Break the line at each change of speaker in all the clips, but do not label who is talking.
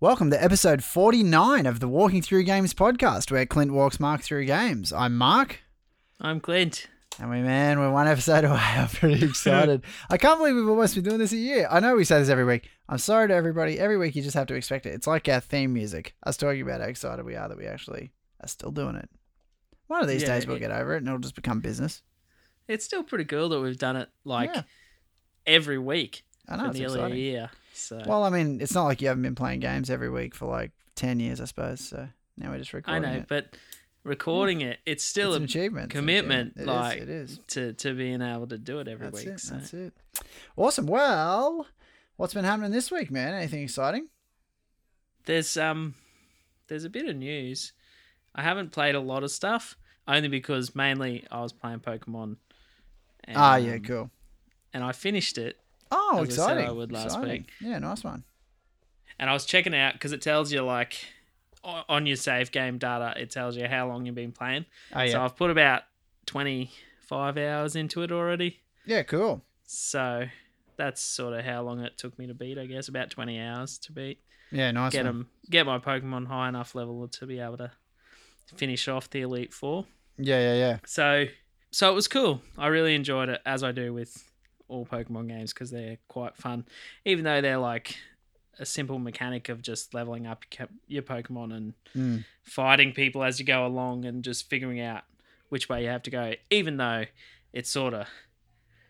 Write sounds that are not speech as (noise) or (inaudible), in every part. Welcome to episode 49 of the Walking Through Games podcast, where Clint walks Mark through games. I'm Mark,
I'm Clint.
and we, man, we're one episode (laughs) away. I'm
(laughs)
pretty excited. I can't believe we've almost been doing this a year. I know we say this every week. I'm sorry to everybody. Every week you just have to expect it. It's like our theme music. Us talking about how excited we are that we actually are still doing it. One of these
Yeah,
days we'll
it-
get over it and it'll just become business.
It's still pretty cool that we've done it like
Yeah.
every week
I know
for
it's
nearly
exciting.
a year. So
Well, I mean, it's not like you haven't been playing games every week for like 10 years, I suppose. So now we're just
I
recording.
know,
it.
but recording it, it's still
it's an
a,
achievement. It's an
commitment,
achievement. It is,
like,
it is.
to to being able to do it every
That's
week.
it.
so.
That's it. Awesome. Well, what's been happening this week, man? Anything exciting?
There's um there's a bit of news. I haven't played a lot of stuff only because mainly I was playing Pokemon. And,
Ah, yeah,
um,
cool.
And I finished it,
Oh,
as I said I
exciting.
would last
exciting.
week.
Yeah, nice one.
and I was checking out because it tells you like o- on your save game data, it tells you how long you've been playing.
Oh,
So I've put about 25 hours into it already.
yeah, cool.
So that's sort of how long it took me to beat, I guess, about 20 hours to beat.
Yeah, nice
Get
one.
'em- get my Pokemon high enough level to be able to finish off the Elite 4.
Yeah, yeah, yeah.
So so it was cool. I really enjoyed it as I do with all Pokemon games because they're quite fun, even though they're like a simple mechanic of just leveling up your ca- your Pokemon and
Mm.
fighting people as you go along and just figuring out which way you have to go, even though it sort of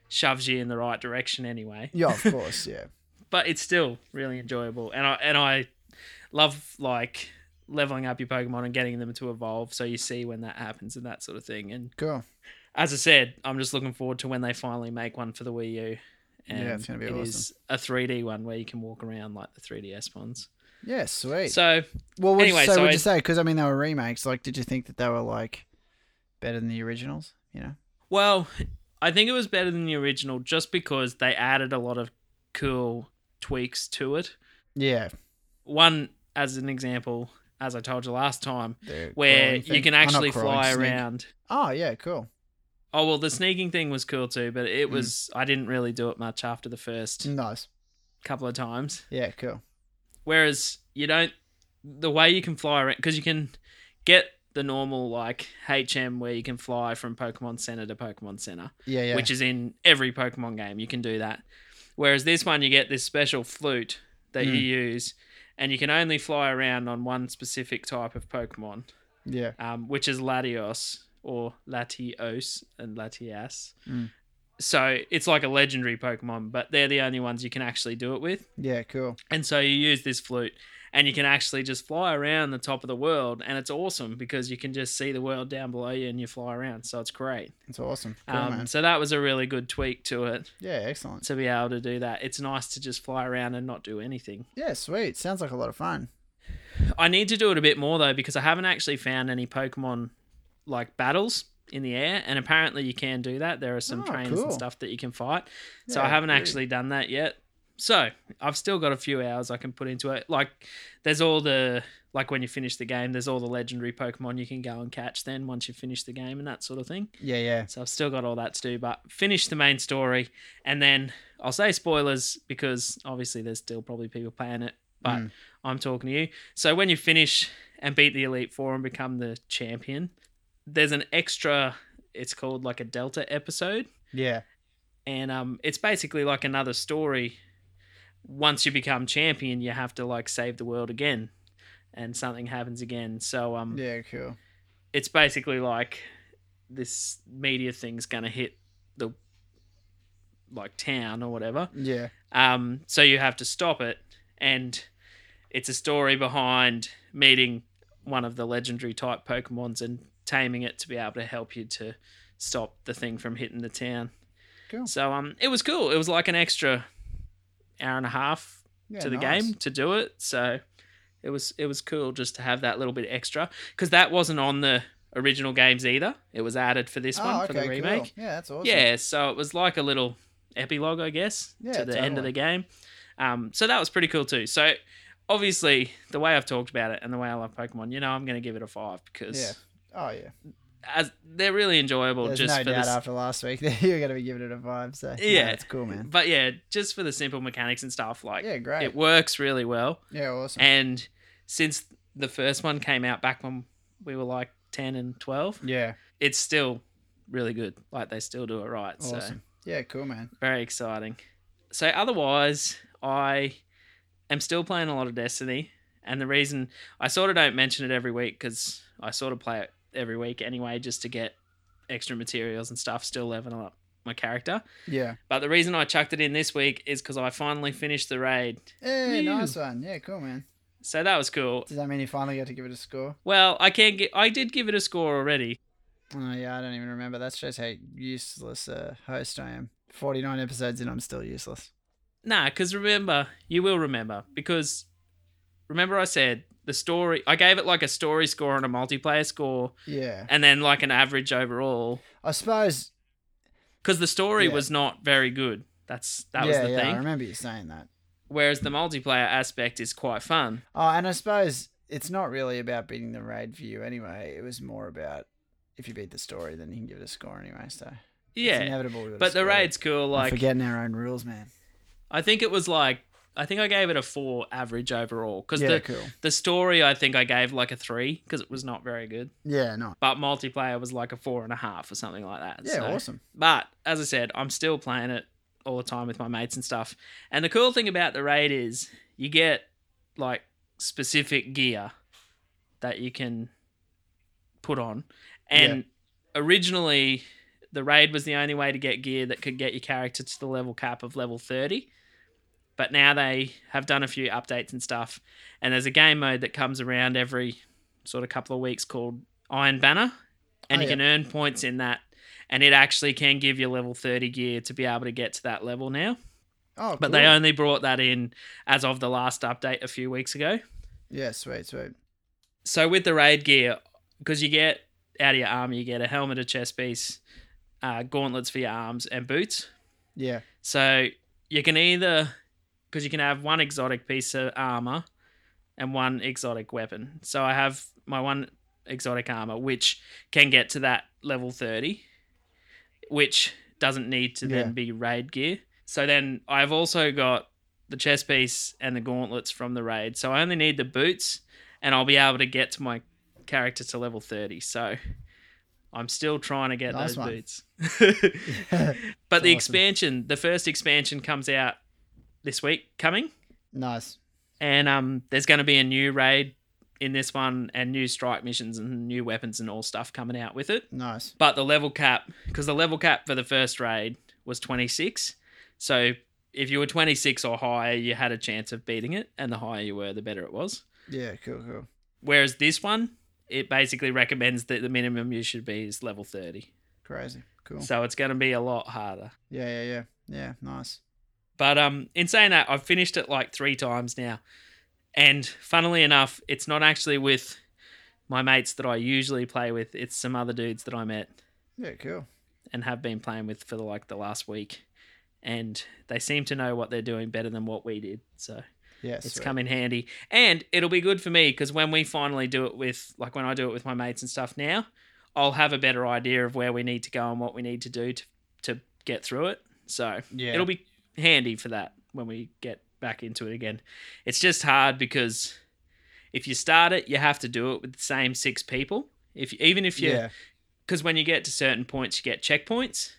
shoves you in the right direction anyway.
Yeah, of course. Yeah.
But it's still really enjoyable, and I and I love like leveling up your Pokemon and getting them to evolve, so you see when that happens and that sort of thing. And
Cool.
as I said, I'm just looking forward to when they finally make one for the Wii U.
Yeah,
And
it's gonna be
it
awesome.
is a 3D one where you can walk around like the 3DS ones.
Yeah, sweet.
So
well, would
anyway,
you say,
so
would
I-
you say, because I mean, they were remakes. Like, did you think that they were like better than the originals? You know?
Well, I think it was better than the original just because they added a lot of cool tweaks to it.
Yeah.
One, as an example, as I told you last time,
the
where
crawling
you
thing.
can
Oh, not
actually
crawling,
fly
sneak.
around.
Oh, yeah, cool.
Oh well, the sneaking thing was cool too, but it
Mm.
was I didn't really do it much after the first
Nice.
couple of times.
Yeah, cool.
Whereas you don't the way you can fly around because you can get the normal like HM where you can fly from Pokemon Center to Pokemon Center.
Yeah, yeah.
which is in every Pokemon game. You can do that. Whereas this one, you get this special flute that you
Mm.
use, and you can only fly around on one specific type of Pokemon,
yeah.
um, which is Latios or Latios and Latias.
Mm.
So it's like a legendary Pokemon, but they're the only ones you can actually do it with.
Yeah, cool.
And so you use this flute, and you can actually just fly around the top of the world, and it's awesome because you can just see the world down below you and you fly around. So it's great.
It's awesome. Cool,
Um,
man.
so that was a really good tweak to it
Yeah, excellent.
to be able to do that. It's nice to just fly around and not do anything.
Yeah, sweet. Sounds like a lot of fun.
I need to do it a bit more though because I haven't actually found any Pokemon like battles in the air and apparently you can do that. There are some
Oh,
trains
cool.
and stuff that you can fight. So I
Yeah,
haven't
great.
actually done that yet. So I've still got a few hours I can put into it. Like there's all the like when you finish the game, there's all the legendary Pokemon you can go and catch then once you finish the game and that sort of thing.
Yeah, yeah.
So I've still got all that to do, but finish the main story and then I'll say spoilers because obviously there's still probably people playing it, but
Mm.
I'm talking to you. So when you finish and beat the Elite Four and become the champion, there's an extra, it's called like a Delta episode.
Yeah.
And um, it's basically like another story. Once you become champion, you have to like save the world again and something happens again. So um,
Yeah, cool.
it's basically like this media thing's gonna hit the like town or whatever.
Yeah.
Um, so you have to stop it, and it's a story behind meeting one of the legendary type Pokemons and taming it to be able to help you to stop the thing from hitting the town.
Cool.
So um, it was cool. It was like an extra hour and a half
yeah
to the
nice.
game to do it. So it was it was cool just to have that little bit extra because that wasn't on the original games either. It was added for this
Oh,
one for the
okay, cool.
remake.
Yeah, that's awesome.
Yeah, so it was like a little epilogue, I guess,
Yeah,
to the end of
totally.
the game. Um, so that was pretty cool too. So obviously, the way I've talked about it and the way I love Pokemon, you know, I'm going to give it a five because
Oh, yeah.
as they're really enjoyable
There's
just
no
for
doubt
this.
after last week (laughs) that you're going to be giving it a vibe. So
Yeah.
it's cool, man.
But yeah, just for the simple mechanics and stuff like
Yeah, great.
it works really well.
yeah, awesome.
And since the first one came out back when we were like 10 and 12,
yeah,
it's still really good. Like they still do it right. So
awesome. Yeah, cool, man.
very exciting. So otherwise, I am still playing a lot of Destiny. And the reason I sort of don't mention it every week because I sort of play it every week anyway just to get extra materials and stuff, still leveling up my character.
Yeah.
But the reason I chucked it in this week is because I finally finished the raid.
Hey,
Woo.
nice one. Yeah, cool, man.
So that was cool.
Does that mean you finally got to give it a score?
Well, I can't get. I did give it a score already.
Oh, yeah, I don't even remember. That shows how useless a host I am. 49 episodes in, I'm still useless.
Nah, because remember, you will remember because remember I said the story. I gave it like a story score and a multiplayer score,
Yeah.
and then like an average overall
I suppose.
because the story
Yeah.
was not very good. That's that was
yeah,
the
yeah, I
thing.
remember you saying that.
Whereas the multiplayer aspect is quite fun.
Oh, and I suppose it's not really about beating the raid for you anyway. It was more about if you beat the story, then you can give it a score anyway. So it's
Yeah,
inevitable. we gotta
but the
score it.
raid's cool.
We're
Like
forgetting our own rules, man.
I think it was like I think I gave it a four average overall because
Yeah,
the
cool.
the story I think I gave like a three because it was not very good.
Yeah, no.
but multiplayer was like a four and a half or something like that.
Yeah,
So-
awesome.
But as I said, I'm still playing it all the time with my mates and stuff. And the cool thing about the raid is you get like specific gear that you can put on. And originally, the raid was the only way to get gear that could get your character to the level cap of level 30. But now they have done a few updates and stuff. And there's a game mode that comes around every sort of couple of weeks called Iron Banner. And
Oh,
you
yeah.
can earn points in that. And it actually can give you level 30 gear to be able to get to that level now.
Oh,
But
cool.
they only brought that in as of the last update a few weeks ago.
Yeah, sweet, sweet.
So with the raid gear, because you get out of your armor, you get a helmet, a chest piece, uh, gauntlets for your arms, and boots.
Yeah, (laughs)
So you can either, because you can have one exotic piece of armor and one exotic weapon. So I have my one exotic armor, which can get to that level 30, which doesn't need to
Yeah.
then be raid gear. So then I've also got the chest piece and the gauntlets from the raid. So I only need the boots, and I'll be able to get to my character to level 30. So I'm still trying to get
Nice
those
one.
boots.
It's
(laughs) But the
awesome.
expansion, the first expansion comes out this week coming,
nice.
and um, there's going to be a new raid in this one and new strike missions and new weapons and all stuff coming out with it.
Nice.
But the level cap, because the level cap for the first raid was 26, so if you were 26 or higher, you had a chance of beating it, and the higher you were, the better it was.
Yeah, cool, cool.
Whereas this one, it basically recommends that the minimum you should be is level 30,
Crazy. Cool.
so it's going to be a lot harder.
yeah, yeah, yeah. Yeah, nice.
But um, in saying that, I've finished it like three times now, and funnily enough, it's not actually with my mates that I usually play with. It's some other dudes that I met
Yeah, cool.
and have been playing with for like the last week, and they seem to know what they're doing better than what we did. So
Yeah,
it's
sweet.
come in handy, and it'll be good for me because when we finally do it with, like when I do it with my mates and stuff now, I'll have a better idea of where we need to go and what we need to do to to get through it. So
Yeah,
it'll be handy for that when we get back into it again. It's just hard because if you start it, you have to do it with the same six people. If even if you,
yeah,
because when you get to certain points, you get checkpoints.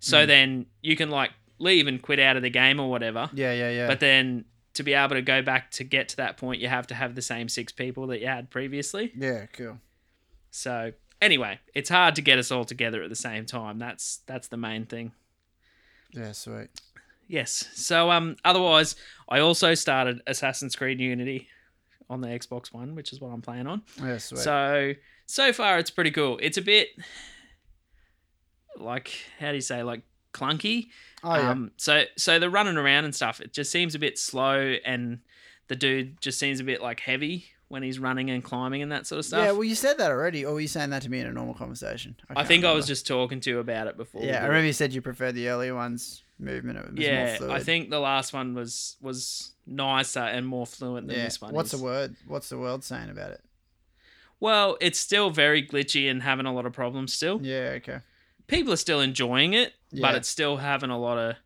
So
Mm.
then you can like leave and quit out of the game or whatever.
yeah, yeah, yeah.
But then to be able to go back to get to that point, you have to have the same six people that you had previously.
yeah, cool.
So anyway, it's hard to get us all together at the same time. That's that's the main thing.
Yeah, sweet.
Yes. So um otherwise I also started Assassin's Creed Unity on the Xbox One, which is what I'm playing on.
Yeah, sweet.
So so far it's pretty cool. It's a bit like how do you say like clunky.
oh, yeah.
Um so so the running around and stuff, it just seems a bit slow and the dude just seems a bit like heavy when he's running and climbing and that sort of stuff.
Yeah, well, you said that already, or were you saying that to me in a normal conversation?
I
can't
think I was
remember.
just talking to you about it before. we
Yeah, I
did it.
remember you said you preferred the earlier ones movement. It was more
Yeah, I
fluid.
think the last one was was nicer and more fluent than
Yeah.
this one.
What's
is.
the word? What's the world saying about it?
Well, it's still very glitchy and having a lot of problems still.
Yeah, okay.
People are still enjoying it,
Yeah.
but it's still having a lot of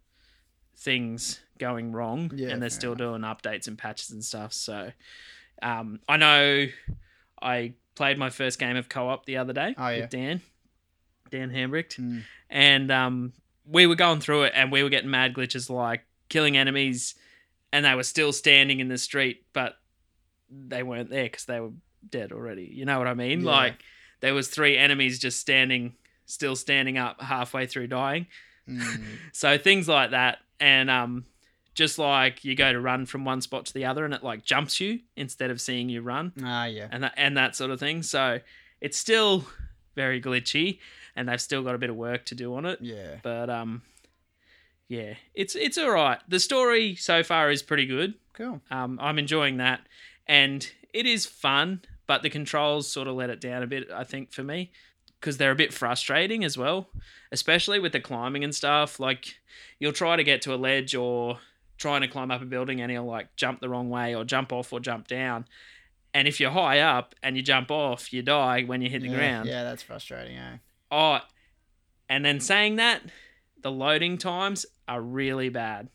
things going wrong,
Yeah,
and
fair
they're still doing updates and patches and stuff. So, um, I know I played my first game of co-op the other day
Oh, yeah.
with Dan, Dan Hambricht,
Mm.
and um, we were going through it and we were getting mad glitches like killing enemies and they were still standing in the street but they weren't there because they were dead already you know what i mean
Yeah.
like there was three enemies just standing still standing up halfway through dying
Mm.
so things like that and um just like you go to run from one spot to the other and it like jumps you instead of seeing you run
Ah, yeah.
and that, and that sort of thing so it's still very glitchy and they've still got a bit of work to do on it
Yeah.
but um yeah it's it's all right the story so far is pretty good
Cool.
um i'm enjoying that and it is fun but the controls sort of let it down a bit i think for me because they're a bit frustrating as well especially with the climbing and stuff like you'll try to get to a ledge or trying to climb up a building and he'll like jump the wrong way or jump off or jump down and if you're high up and you jump off you die when you hit the
yeah,
ground
Yeah, that's frustrating, eh?
Oh, and then saying that, the loading times are really bad.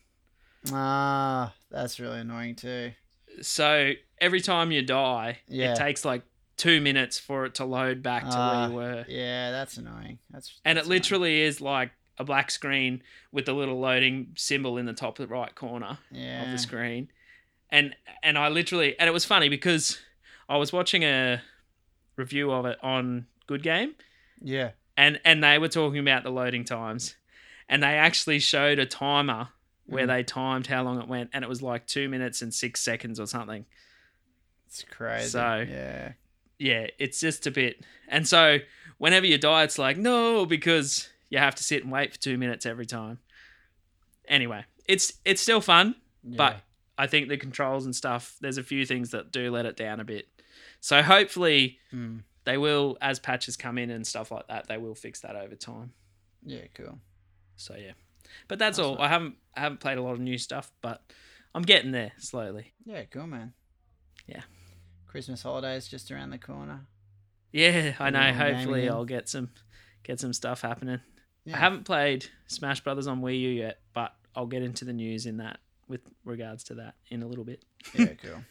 Ah, that's really annoying too.
So every time you die,
Yeah.
it takes like two minutes for it to load back to
Ah.
where you were.
Yeah, that's annoying. That's
And
that's
it literally is like a black screen with a little loading symbol in the top right corner
annoying. yeah.
of the screen. And and I literally and it was funny because I was watching a review of it on Good Game
Yeah.
and and they were talking about the loading times and they actually showed a timer where
Mm.
they timed how long it went and it was like two minutes and six seconds or something
It's crazy.
So-
yeah.
yeah it's just a bit and so whenever you die it's like no because you have to sit and wait for two minutes every time anyway it's it's still fun but i think the controls and stuff there's a few things that do let it down a bit so hopefully
Yeah. Mm.
they will as patches come in and stuff like that they will fix that over time
Yeah, cool.
So yeah, but that's
That's
all.
not-
I haven't I haven't played a lot of new stuff, but I'm getting there slowly.
Yeah, cool man.
Yeah.
Christmas holidays just around the corner.
Yeah, I
Maybe we'll
know.
name
Hopefully,
again.
I'll get some get some stuff happening.
Yeah.
I haven't played Smash Brothers on Wii U yet, but I'll get into the news in that with regards to that in a little bit.
yeah,
(laughs)
cool.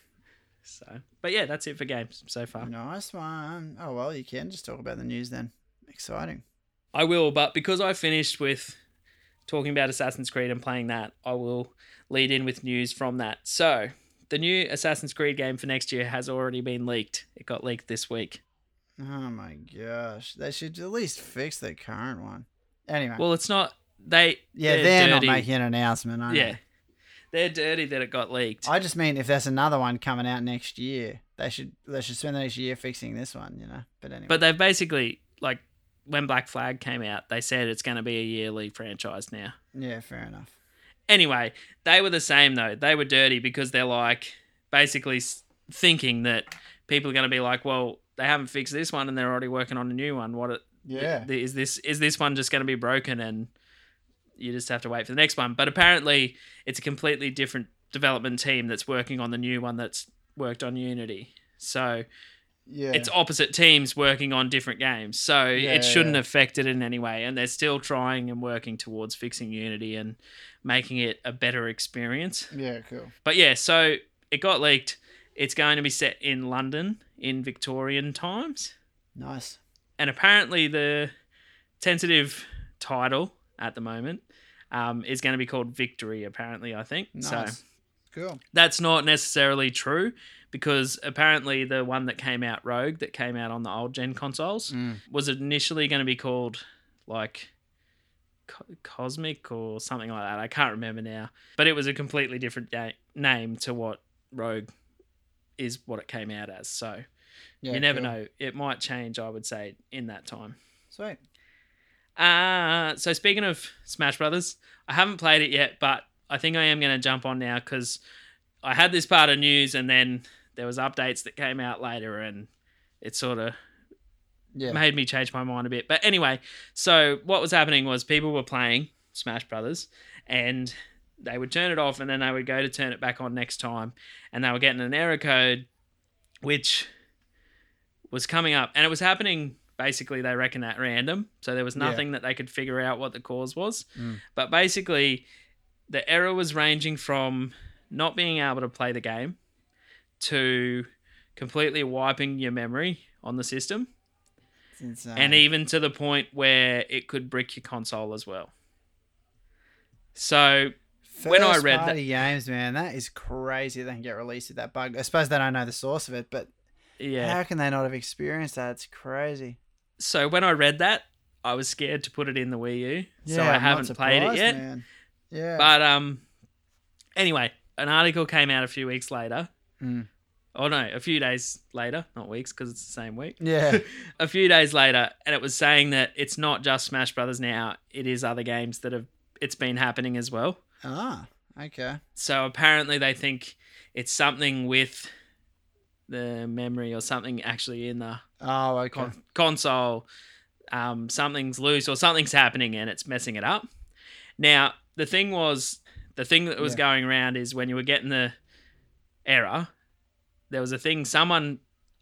So, but yeah, that's it for games so far.
Nice one. Oh well, you can just talk about the news then. Exciting.
I will, but because I finished with talking about Assassin's Creed and playing that, I will lead in with news from that. So, the new Assassin's Creed game for next year has already been leaked. It got leaked this week.
Oh my gosh. They should at least fix the current one. Anyway.
Well, it's not they.
yeah,
they're,
they're,
dirty.
not making an announcement, are
Yeah,
they?
they're dirty that it got leaked.
I just mean if there's another one coming out next year, they should they should spend the next year fixing this one, you know. But anyway.
but they've basically like when Black Flag came out, they said it's going to be a yearly franchise now.
yeah, fair enough.
Anyway, they were the same though. They were dirty because they're like basically s- thinking that people are going to be like, well, they haven't fixed this one and they're already working on a new one. What it- th- is this? Is this one just going to be broken and you just have to wait for the next one? But apparently, it's a completely different development team that's working on the new one that's worked on Unity. So
Yeah.
it's opposite teams working on different games. So
Yeah,
it
yeah,
shouldn't
yeah.
affect it in any way. And they're still trying and working towards fixing Unity and making it a better experience.
yeah, cool.
But yeah, so it got leaked. It's going to be set in London in Victorian times.
Nice.
And apparently, the tentative title at the moment um, is going to be called Victory, apparently, I think. So
Nice. Cool.
that's not necessarily true because apparently the one that came out rogue that came out on the old gen consoles was initially going to be called like Co- cosmic or something like that i can't remember now but it was a completely different da- name to what rogue is what it came out as so
Yeah,
you never
cool.
know it might change i would say in that time
Sweet.
uh, so speaking of Smash Brothers, I haven't played it yet, but I think I am going to jump on now because I had this part of news and then there was updates that came out later and it sort of
Yeah.
made me change my mind a bit. But anyway, so what was happening was people were playing Smash Brothers and they would turn it off and then they would go to turn it back on next time and they were getting an error code which was coming up, and it was happening basically they reckon at random. So there was nothing that they could figure out what the cause was.
Mm.
But basically, the error was ranging from not being able to play the game to completely wiping your memory on the system,
It's insane.
and even to the point where it could brick your console as well. So when I
First
read that-
party games, man, that is crazy. They can get released with that bug. I suppose they don't know the source of it, but
yeah,
how can they not have experienced that? It's crazy.
so when I read that, I was scared to put it in the Wii U,
Yeah,
so
I'm
I
not
haven't played it
surprised,
yet.
man. Yeah,
But um, anyway, an article came out a few weeks later.
Mm.
Oh no, a few days later, not weeks, because it's the same week. (laughs)
yeah,
A few days later, and it was saying that it's not just Smash Brothers now; it is other games that have it's been happening as well.
ah, okay,
So apparently, they think it's something with the memory or something actually in the
oh, okay,
con- console. Um, something's loose or something's happening and it's messing it up. Now, the thing was, the thing that was
Yeah.
going around is when you were getting the error, there was a thing someone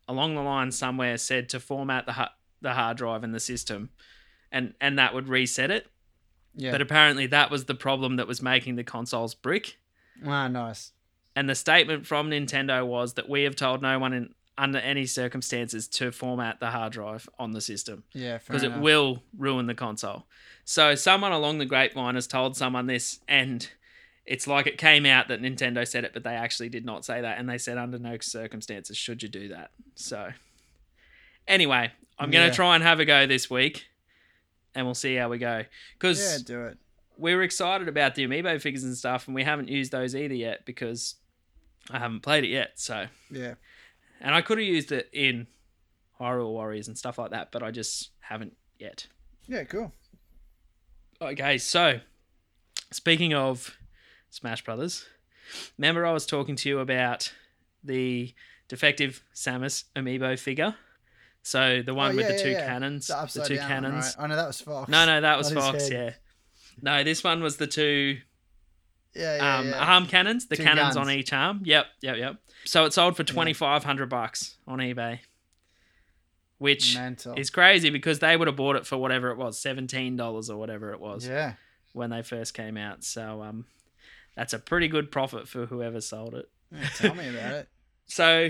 along the line somewhere said to format the ha- the hard drive in the system, and and that would reset it.
yeah,
But apparently, that was the problem that was making the consoles brick.
ah, nice,
And the statement from Nintendo was that we have told no one in under any circumstances to format the hard drive on the system
yeah, fair
because it
enough.
will ruin the console. So someone along the grapevine has told someone this, and it's like it came out that Nintendo said it, but they actually did not say that, and they said under no circumstances should you do that. So anyway, I'm gonna
Yeah.
try and have a go this week, and we'll see how we go because
yeah, do it.
we were excited about the amiibo figures and stuff, and we haven't used those either yet because I haven't played it yet. So
Yeah,
and I could have used it in Hyrule Warriors and stuff like that, but I just haven't yet.
yeah, cool.
Okay, so speaking of Smash Brothers, remember I was talking to you about the defective Samus amiibo figure? So the one with
Oh, yeah,
the
yeah,
two
yeah.
cannons,
The,
the,
upside
two
down one,
cannons.
Right? Oh no, that was Fox.
No, no, that was
Not his
Fox. Yeah,
head.
no, this one was the two
yeah, yeah,
um,
yeah.
arm cannons, the
Two
cannons
guns.
on each arm. Yep, yep, yep. So it sold for twenty five hundred bucks on eBay, which
Mental.
is crazy because they would have bought it for whatever it was, seventeen dollars or whatever it was
Yeah,
when they first came out. So um, that's a pretty good profit for whoever sold it.
Yeah, tell me about it.
So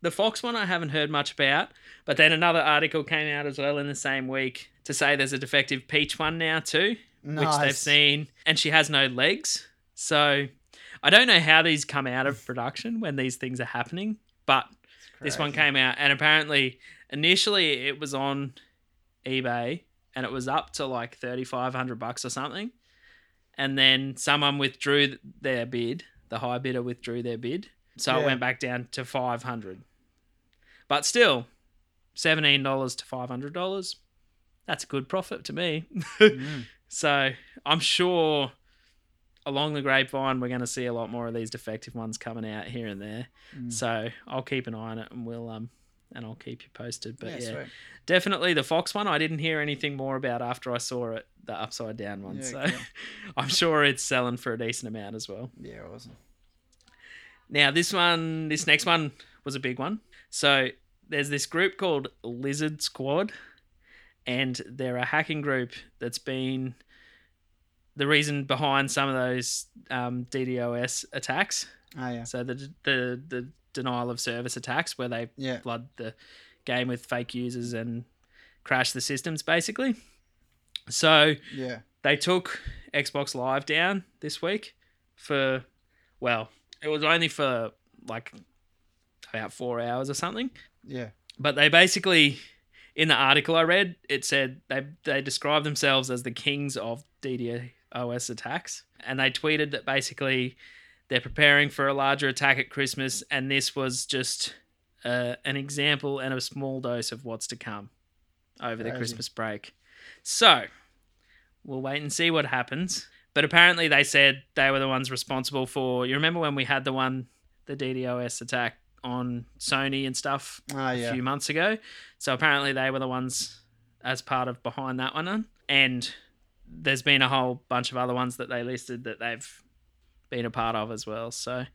the Fox one I haven't heard much about, but then another article came out as well in the same week to say there's a defective Peach one now too,
Nice.
(laughs) which they've seen, and she has no legs. So I don't know how these come out of production when these things are happening, but
It's
this one
crazy.
came out and apparently initially it was on ebay and it was up to like 3500 bucks or something and then someone withdrew their bid the high bidder withdrew their bid so it
Yeah.
went back down to 500 but still $17 to $500 that's a good profit to me
Mm.
so i'm sure along the grapevine we're going to see a lot more of these defective ones coming out here and there
Mm.
(laughs) so I'll keep an eye on it and we'll um and I'll keep you posted. But yeah,
sweet.
definitely the Fox one. I didn't hear anything more about after I saw it, the upside down one.
Yeah,
so
cool.
(laughs) I'm sure it's selling for a decent amount as well.
yeah, awesome.
Now this one, this next one was a big one. So there's this group called Lizard Squad, and they're a hacking group that's been the reason behind some of those um, DDoS attacks.
Oh yeah,
So the the the denial of service attacks where they
yeah,
flood the game with fake users and crash the systems basically. So
yeah.
they took Xbox Live down this week for well, it was only for like about 4 hours or something,
Yeah.
but they basically in the article I read, it said they they described themselves as the kings of DDoS attacks and they tweeted that basically they're preparing for a larger attack at Christmas and this was just uh, an example and a small dose of what's to come over the
Crazy.
Christmas break. So, we'll wait and see what happens. But apparently, they said they were the ones responsible for. You remember when we had the one, the DDoS attack on Sony and stuff
Oh
a
yeah.
few months ago? So, apparently, they were the ones as part of behind that one. And there's been a whole bunch of other ones that they listed that they've been a part of as well. So,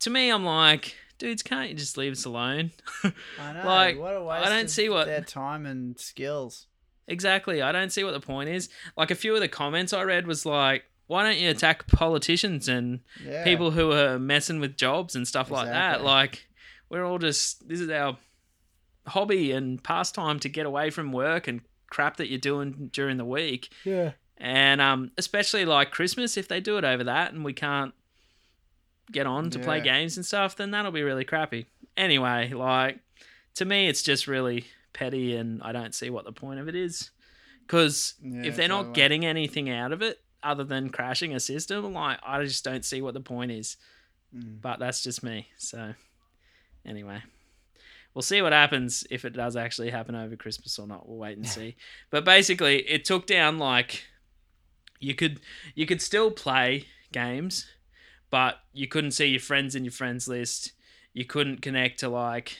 to me, I'm like, dudes, can't you just leave us alone?
I know.
Like,
what a waste
I don't
of
see what-
their time and skills.
Exactly. I don't see what the point is. Like a few of the comments I read was like, why don't you attack politicians and
Yeah.
people who are messing with jobs and stuff like that?
Exactly.
Like we're all just this is our hobby and pastime to get away from work and crap that you're doing during the week.
Yeah.
And um especially like Christmas if they do it over that and we can't get on to play
Yeah.
games and stuff, then that'll be really crappy. Anyway, like to me it's just really petty and I don't see what the point of it is. Cuz
Yeah,
if they're not
totally.
getting anything out of it other than crashing a system, like I just don't see what the point is.
Mm.
But that's just me. So anyway. We'll see what happens if it does actually happen over Christmas or not. We'll wait and see. but basically it took down like you could you could still play games, but you couldn't see your friends in your friends list. You couldn't connect to like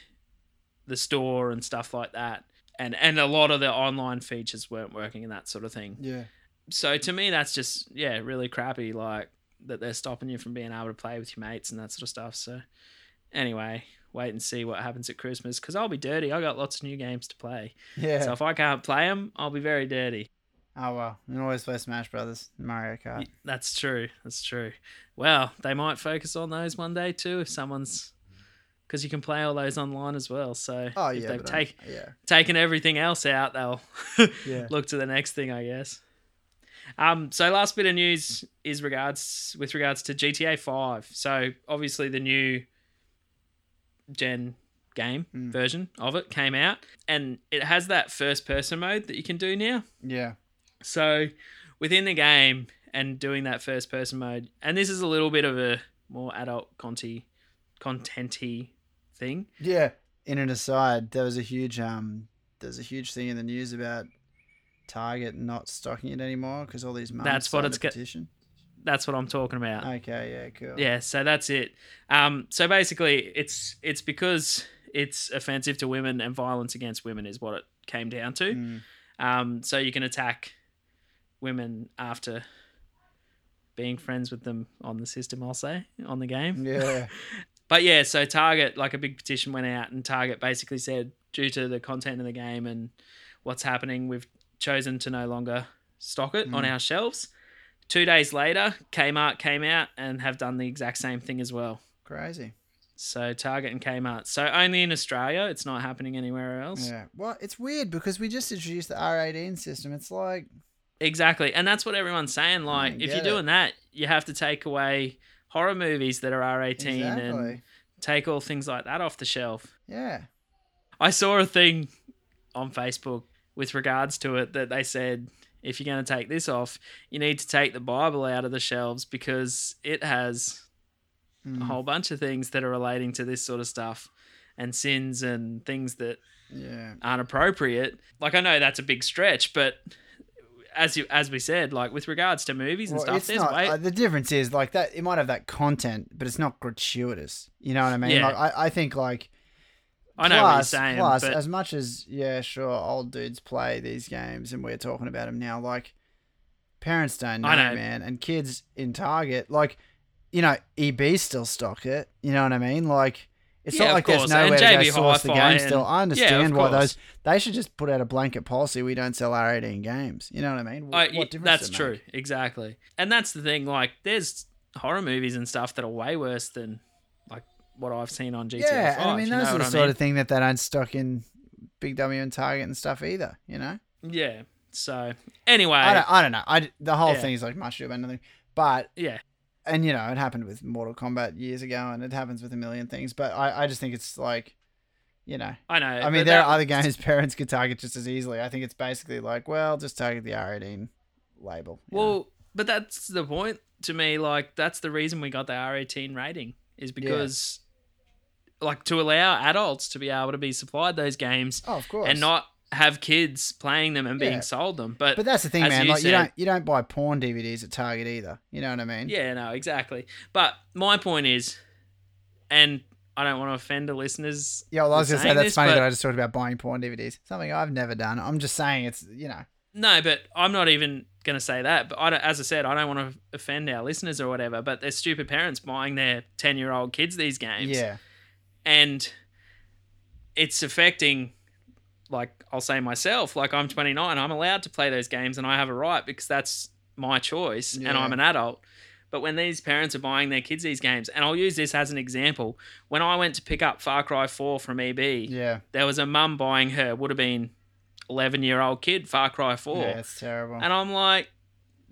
the store and stuff like that. And and a lot of the online features weren't working and that sort of thing
Yeah.
so to me that's just yeah really crappy like that they're stopping you from being able to play with your mates and that sort of stuff so anyway wait and see what happens at christmas because i'll be dirty i got lots of new games to play
Yeah.
so if i can't play them i'll be very dirty
oh well. You can always play Smash Brothers, Mario Kart.
Y- that's true that's true well they might focus on those one day too if someone's because you can play all those online as well so
Oh
if
yeah.
they've
but I'm-
take,
yeah.
taken everything else out they'll (laughs)
Yeah.
look to the next thing, I guess. Um, so last bit of news is regards with regards to GTA Five. So obviously the new gen game
Mm.
version of it came out, and it has that first person mode that you can do now.
Yeah.
So within the game and doing that first person mode, and this is a little bit of a more adult conti contenty thing.
Yeah. In an aside, there was a huge um, there's a huge thing in the news about Target not stocking it anymore because all these mums.
That's what
signed
it's
the
get-
petition.
That's what I'm talking about.
Okay. Yeah. Cool.
Yeah, so that's it. Um, so basically, it's it's because it's offensive to women and violence against women is what it came down to.
Mm,
Um, so you can attack women after being friends with them on the system, I'll say, on the game. (laughs)
yeah.
But yeah, so Target, like a big petition went out, and Target basically said, due to the content of the game and what's happening, we've chosen to no longer stock it on
Mm.
our shelves. Two days later, Kmart came out and have done the exact same thing as well.
Crazy.
So Target and Kmart. So only in Australia, it's not happening anywhere else.
Yeah. Well, it's weird because we just introduced the R18 system. It's like,
Exactly. And that's what everyone's saying. Like,
Mm, get
if you're
it.
doing that, you have to take away horror movies that are R18 and
exactly.
take all things like that off the shelf.
Yeah.
I saw a thing on Facebook with regards to it that they said if you're going to take this off, you need to take the Bible out of the shelves because it has
Mm,
a whole bunch of things that are relating to this sort of stuff and sins and things that
Yeah.
aren't appropriate. Like I know that's a big stretch, but as you as we said, like with regards to movies and
Well,
stuff,
it's
there's
not,
way
uh, the difference is like that. It might have that content, but it's not gratuitous. You know what I mean?
Yeah.
Like, I, I think like
I know
plus,
what you're saying,
plus,
but
as much as yeah, sure, old dudes play these games, and we're talking about them now. Like parents don't know,
I know.
man, and kids in Target, like you know, EB still stock it. You know what I mean? Like it's
Yeah,
not
of
like
course,
there's nowhere
and
to
JB
go source the
Hi-Fi
game. Still,
and-
I
yeah, of
understand why
course.
those they should just put out a blanket policy. We don't sell our 18 games. You know what I mean? Wh-
I-
what difference does
that's
it make?
true, exactly. And that's the thing. Like, there's horror movies and stuff that are way worse than like what I've seen on GTA.
Yeah, and I
5,
mean
you
that's
know
the
what I
sort
mean?
of thing that they don't stock in Big W and Target and stuff either. You know,
Yeah. So
I,
anyway,
don't, I don't know. I d- the whole
Yeah.
thing's like much about nothing, but
yeah,
and you know it happened with Mortal Kombat years ago, and it happens with a million things. But I, I just think it's like, you know,
I know.
I mean there are other games (laughs) parents could target just as easily. I think it's basically like, well, just target the R eighteen label. you know?
Well, but that's the point to me. Like, that's the reason we got the R18 rating is because, like, to allow adults to be able to be supplied those games
oh, of course,
and not have kids playing them and being
Yeah.
sold them. But,
But that's the thing,
as
man.
you
like
said-
you don't you don't buy porn DVDs at Target either. You know what I mean?
yeah, no, exactly. But my point is, and I don't want to offend the listeners.
Yeah, well, I was gonna
with
say
saying
that's
this,
funny
but-
that I just talked about buying porn DVDs. Something I've never done. I'm just saying it's you know.
No, but I'm not even going to say that. But I don't, as I said, I don't want to offend our listeners or whatever. But they're stupid parents buying their ten year old kids these games.
Yeah,
and it's affecting like I'll say myself, like I'm 29, I'm allowed to play those games and I have a right because that's my choice and
Yeah.
I'm an adult. But when these parents are buying their kids these games, and I'll use this as an example, when I went to pick up Far Cry 4 from EB,
Yeah.
there was a mum buying her would have been 11 year old kid Far Cry 4.
Yeah, it's terrible.
And I'm like,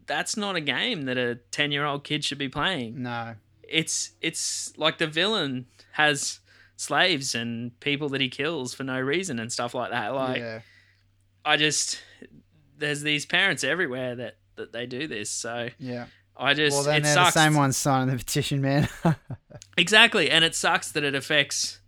that's not a game that a 10 year old kid should be playing
No.
it's it's like the villain has slaves and people that he kills for no reason and stuff like that. Like
yeah.
I just there's these parents everywhere that that they do this. So
Yeah.
I just
Well, then
it
they're
sucks
the same ones signing the petition, man. (laughs)
exactly, and it sucks that it affects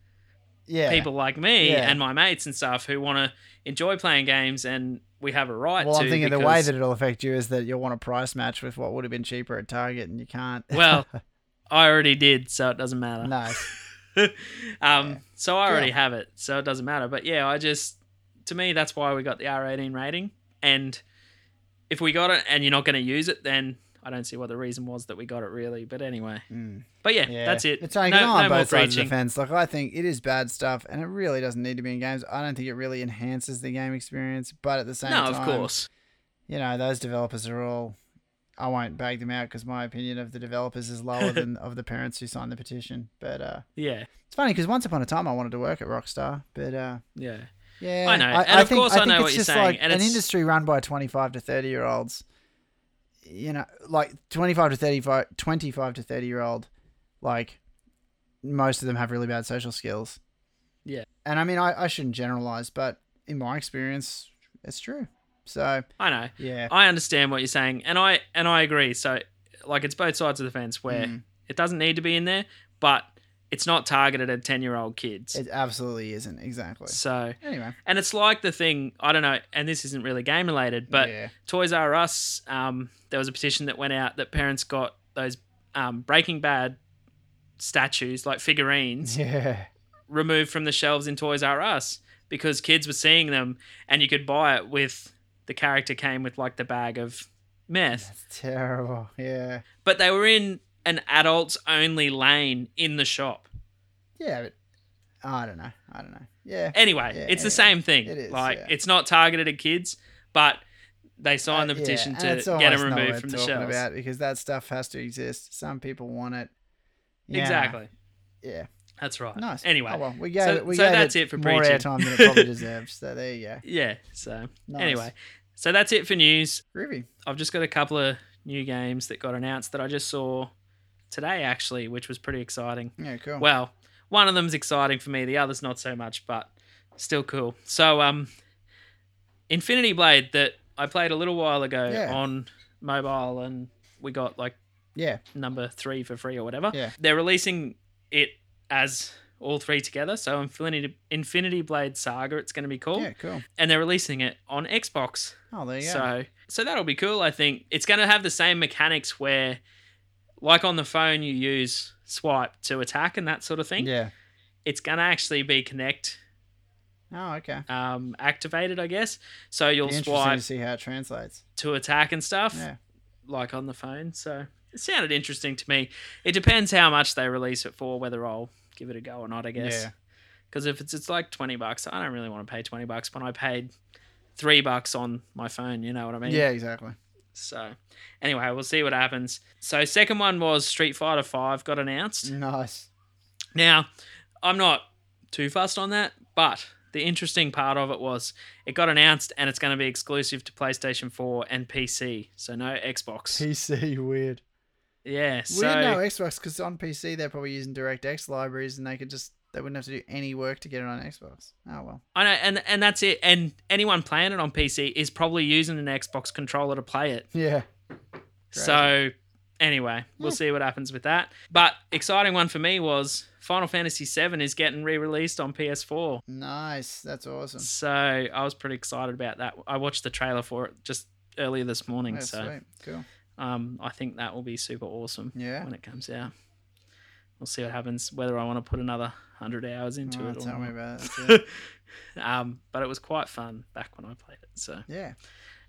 yeah.
people like me
Yeah.
and my mates and stuff who want to enjoy playing games and we have a right.
Well,
to
I'm thinking the way
because-
that it'll affect you is that you'll want a price match with what would have been cheaper at Target, and you can't. (laughs)
well. I already did, so it doesn't matter.
no.
(laughs) um, So I
Yeah.
already have it, so it doesn't matter. But yeah, I just to me that's why we got the R18 rating. And if we got it and you're not going to use it, then I don't see what the reason was that we got it really. But anyway,
Mm.
but yeah,
Yeah.
that's it.
It's only
no,
on
no more
both sides of
preaching.
the fence. Like I think it is bad stuff, and it really doesn't need to be in games. I don't think it really enhances the game experience, but at the same
No,
time,
of course.
you know those developers are all. I won't bag them out because my opinion of the developers is
(laughs)
lower than of the parents who signed the petition. But uh,
Yeah,
it's funny because once upon a time I wanted to work at Rockstar, but uh,
yeah,
yeah,
I know. And of course I know what you're saying,
Like
and
an
it's-
industry run by 25 to 30 year olds, you know, like 25 to 35, 25 to 30 year old, like most of them have really bad social skills.
Yeah.
and I mean I, I shouldn't generalize, but in my experience, it's true. So
I know.
yeah,
I understand what you're saying, and I and I agree. So like, it's both sides of the fence where
Mm.
it doesn't need to be in there, but it's not targeted at ten year old kids.
it absolutely isn't exactly.
so
Anyway,
and it's like the thing I don't know, and this isn't really game related, but (laughs)
yeah,
Toys R Us, um, there was a petition that went out that parents got those um, Breaking Bad statues, like figurines,
yeah,
removed from the shelves in Toys R Us because kids were seeing them and you could buy it with the character came with like the bag of meth.
that's terrible. Yeah,
But they were in an adults only lane in the shop.
yeah, but I don't know. I don't know. Yeah,
Anyway,
Yeah,
it's
anyway,
the same thing.
it is,
like
yeah.
it's not targeted at kids, but they signed
Uh,
the petition
yeah, and it's
to get
almost
them
not
removed
worth
from the
talking
shelves.
about because that stuff has to exist. Some people want it. Yeah,
Exactly.
Yeah.
That's right.
Nice.
Anyway.
Oh, well, we gave
So-
it, we
so
gave
that's
it,
it for
more
preaching.
airtime than it
(laughs)
probably deserved. So there you go.
Yeah. So
Nice.
anyway, so that's it for news.
groovy.
I've just got a couple of new games that got announced that I just saw today, actually, which was pretty exciting.
Yeah, cool.
Well, one of them's exciting for me, the other's not so much, but still cool. So, um, Infinity Blade that I played a little while ago
Yeah.
on mobile, and we got like
yeah,
number three for free or whatever.
Yeah.
They're releasing it as all three together. So Infinity Infinity Blade Saga, it's going to be called,
yeah, cool.
and they're releasing it on Xbox.
Oh, there you go.
So so that'll be cool. I think it's going to have the same mechanics where, like on the phone, you use swipe to attack and that sort of thing.
Yeah.
It's going to actually be Connect
Oh, okay.
um, activated, I guess. So
Be
you'll
interesting
swipe
to see how it translates.
to attack and stuff
Yeah.
like on the phone. So it sounded interesting to me. It depends how much they release it for, whether I'll give it a go or not, I guess.
Yeah.
Because if it's it's like twenty bucks, I don't really want to pay twenty bucks when I paid three bucks on my phone, you know what I mean?
Yeah, exactly.
So anyway, we'll see what happens. So second one was Street Fighter Five got announced. (laughs)
Nice.
Now, I'm not too fussed on that, but the interesting part of it was it got announced and it's going to be exclusive to PlayStation 4 and PC, so no Xbox.
PC weird.
Yeah, so
weird no Xbox because on PC they're probably using DirectX libraries and they could just they wouldn't have to do any work to get it on Xbox. Oh well.
I know, and and that's it. And anyone playing it on PC is probably using an Xbox controller to play it.
Yeah.
So anyway, we'll
Hmm.
see what happens with that. But exciting one for me was Final Fantasy VII is getting re-released on PS4.
Nice. That's awesome.
So I was pretty excited about that. I watched the trailer for it just earlier this morning.
Yeah,
so
sweet. Cool.
um, I think that will be super awesome
Yeah.
when it comes out. We'll see what happens. Whether I want to put another hundred hours into
Oh,
it. Or
tell me
not.
about it. Yeah.
(laughs) Um, but it was quite fun back when I played it. So
yeah.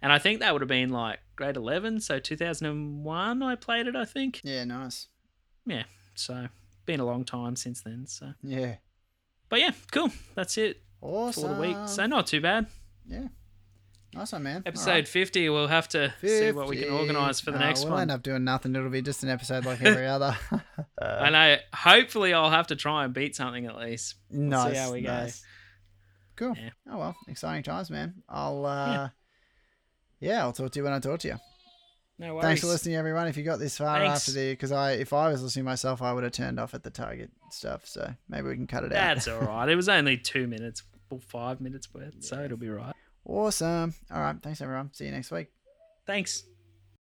and I think that would have been like grade eleven, so two thousand and one. I played it. I think
Yeah, nice.
so. Been a long time since then. So
Yeah.
But yeah, cool. That's it for
Awesome.
the week. So not too bad.
yeah. Nice one, man. All
Episode
right.
50, we'll have to see what we can
50.
organise for the
No,
next
we'll
one.
end up doing nothing. It'll be just an episode like every
(laughs)
other. (laughs)
I know. Hopefully, I'll have to try and beat something at least.
nice.
how we go.
nice. Cool.
Yeah.
Oh well, exciting times, man. I'll uh yeah. I'll talk to you when I talk to you.
No worries.
Thanks for listening, everyone. If you got this far
Thanks.
after the, because I, if I was listening myself, I would have turned off at the target stuff. So maybe we can cut it out.
That's all right. It was only two minutes, well, five minutes worth, so it'll be right.
Awesome. All right. Thanks, everyone. See you next week.
Thanks.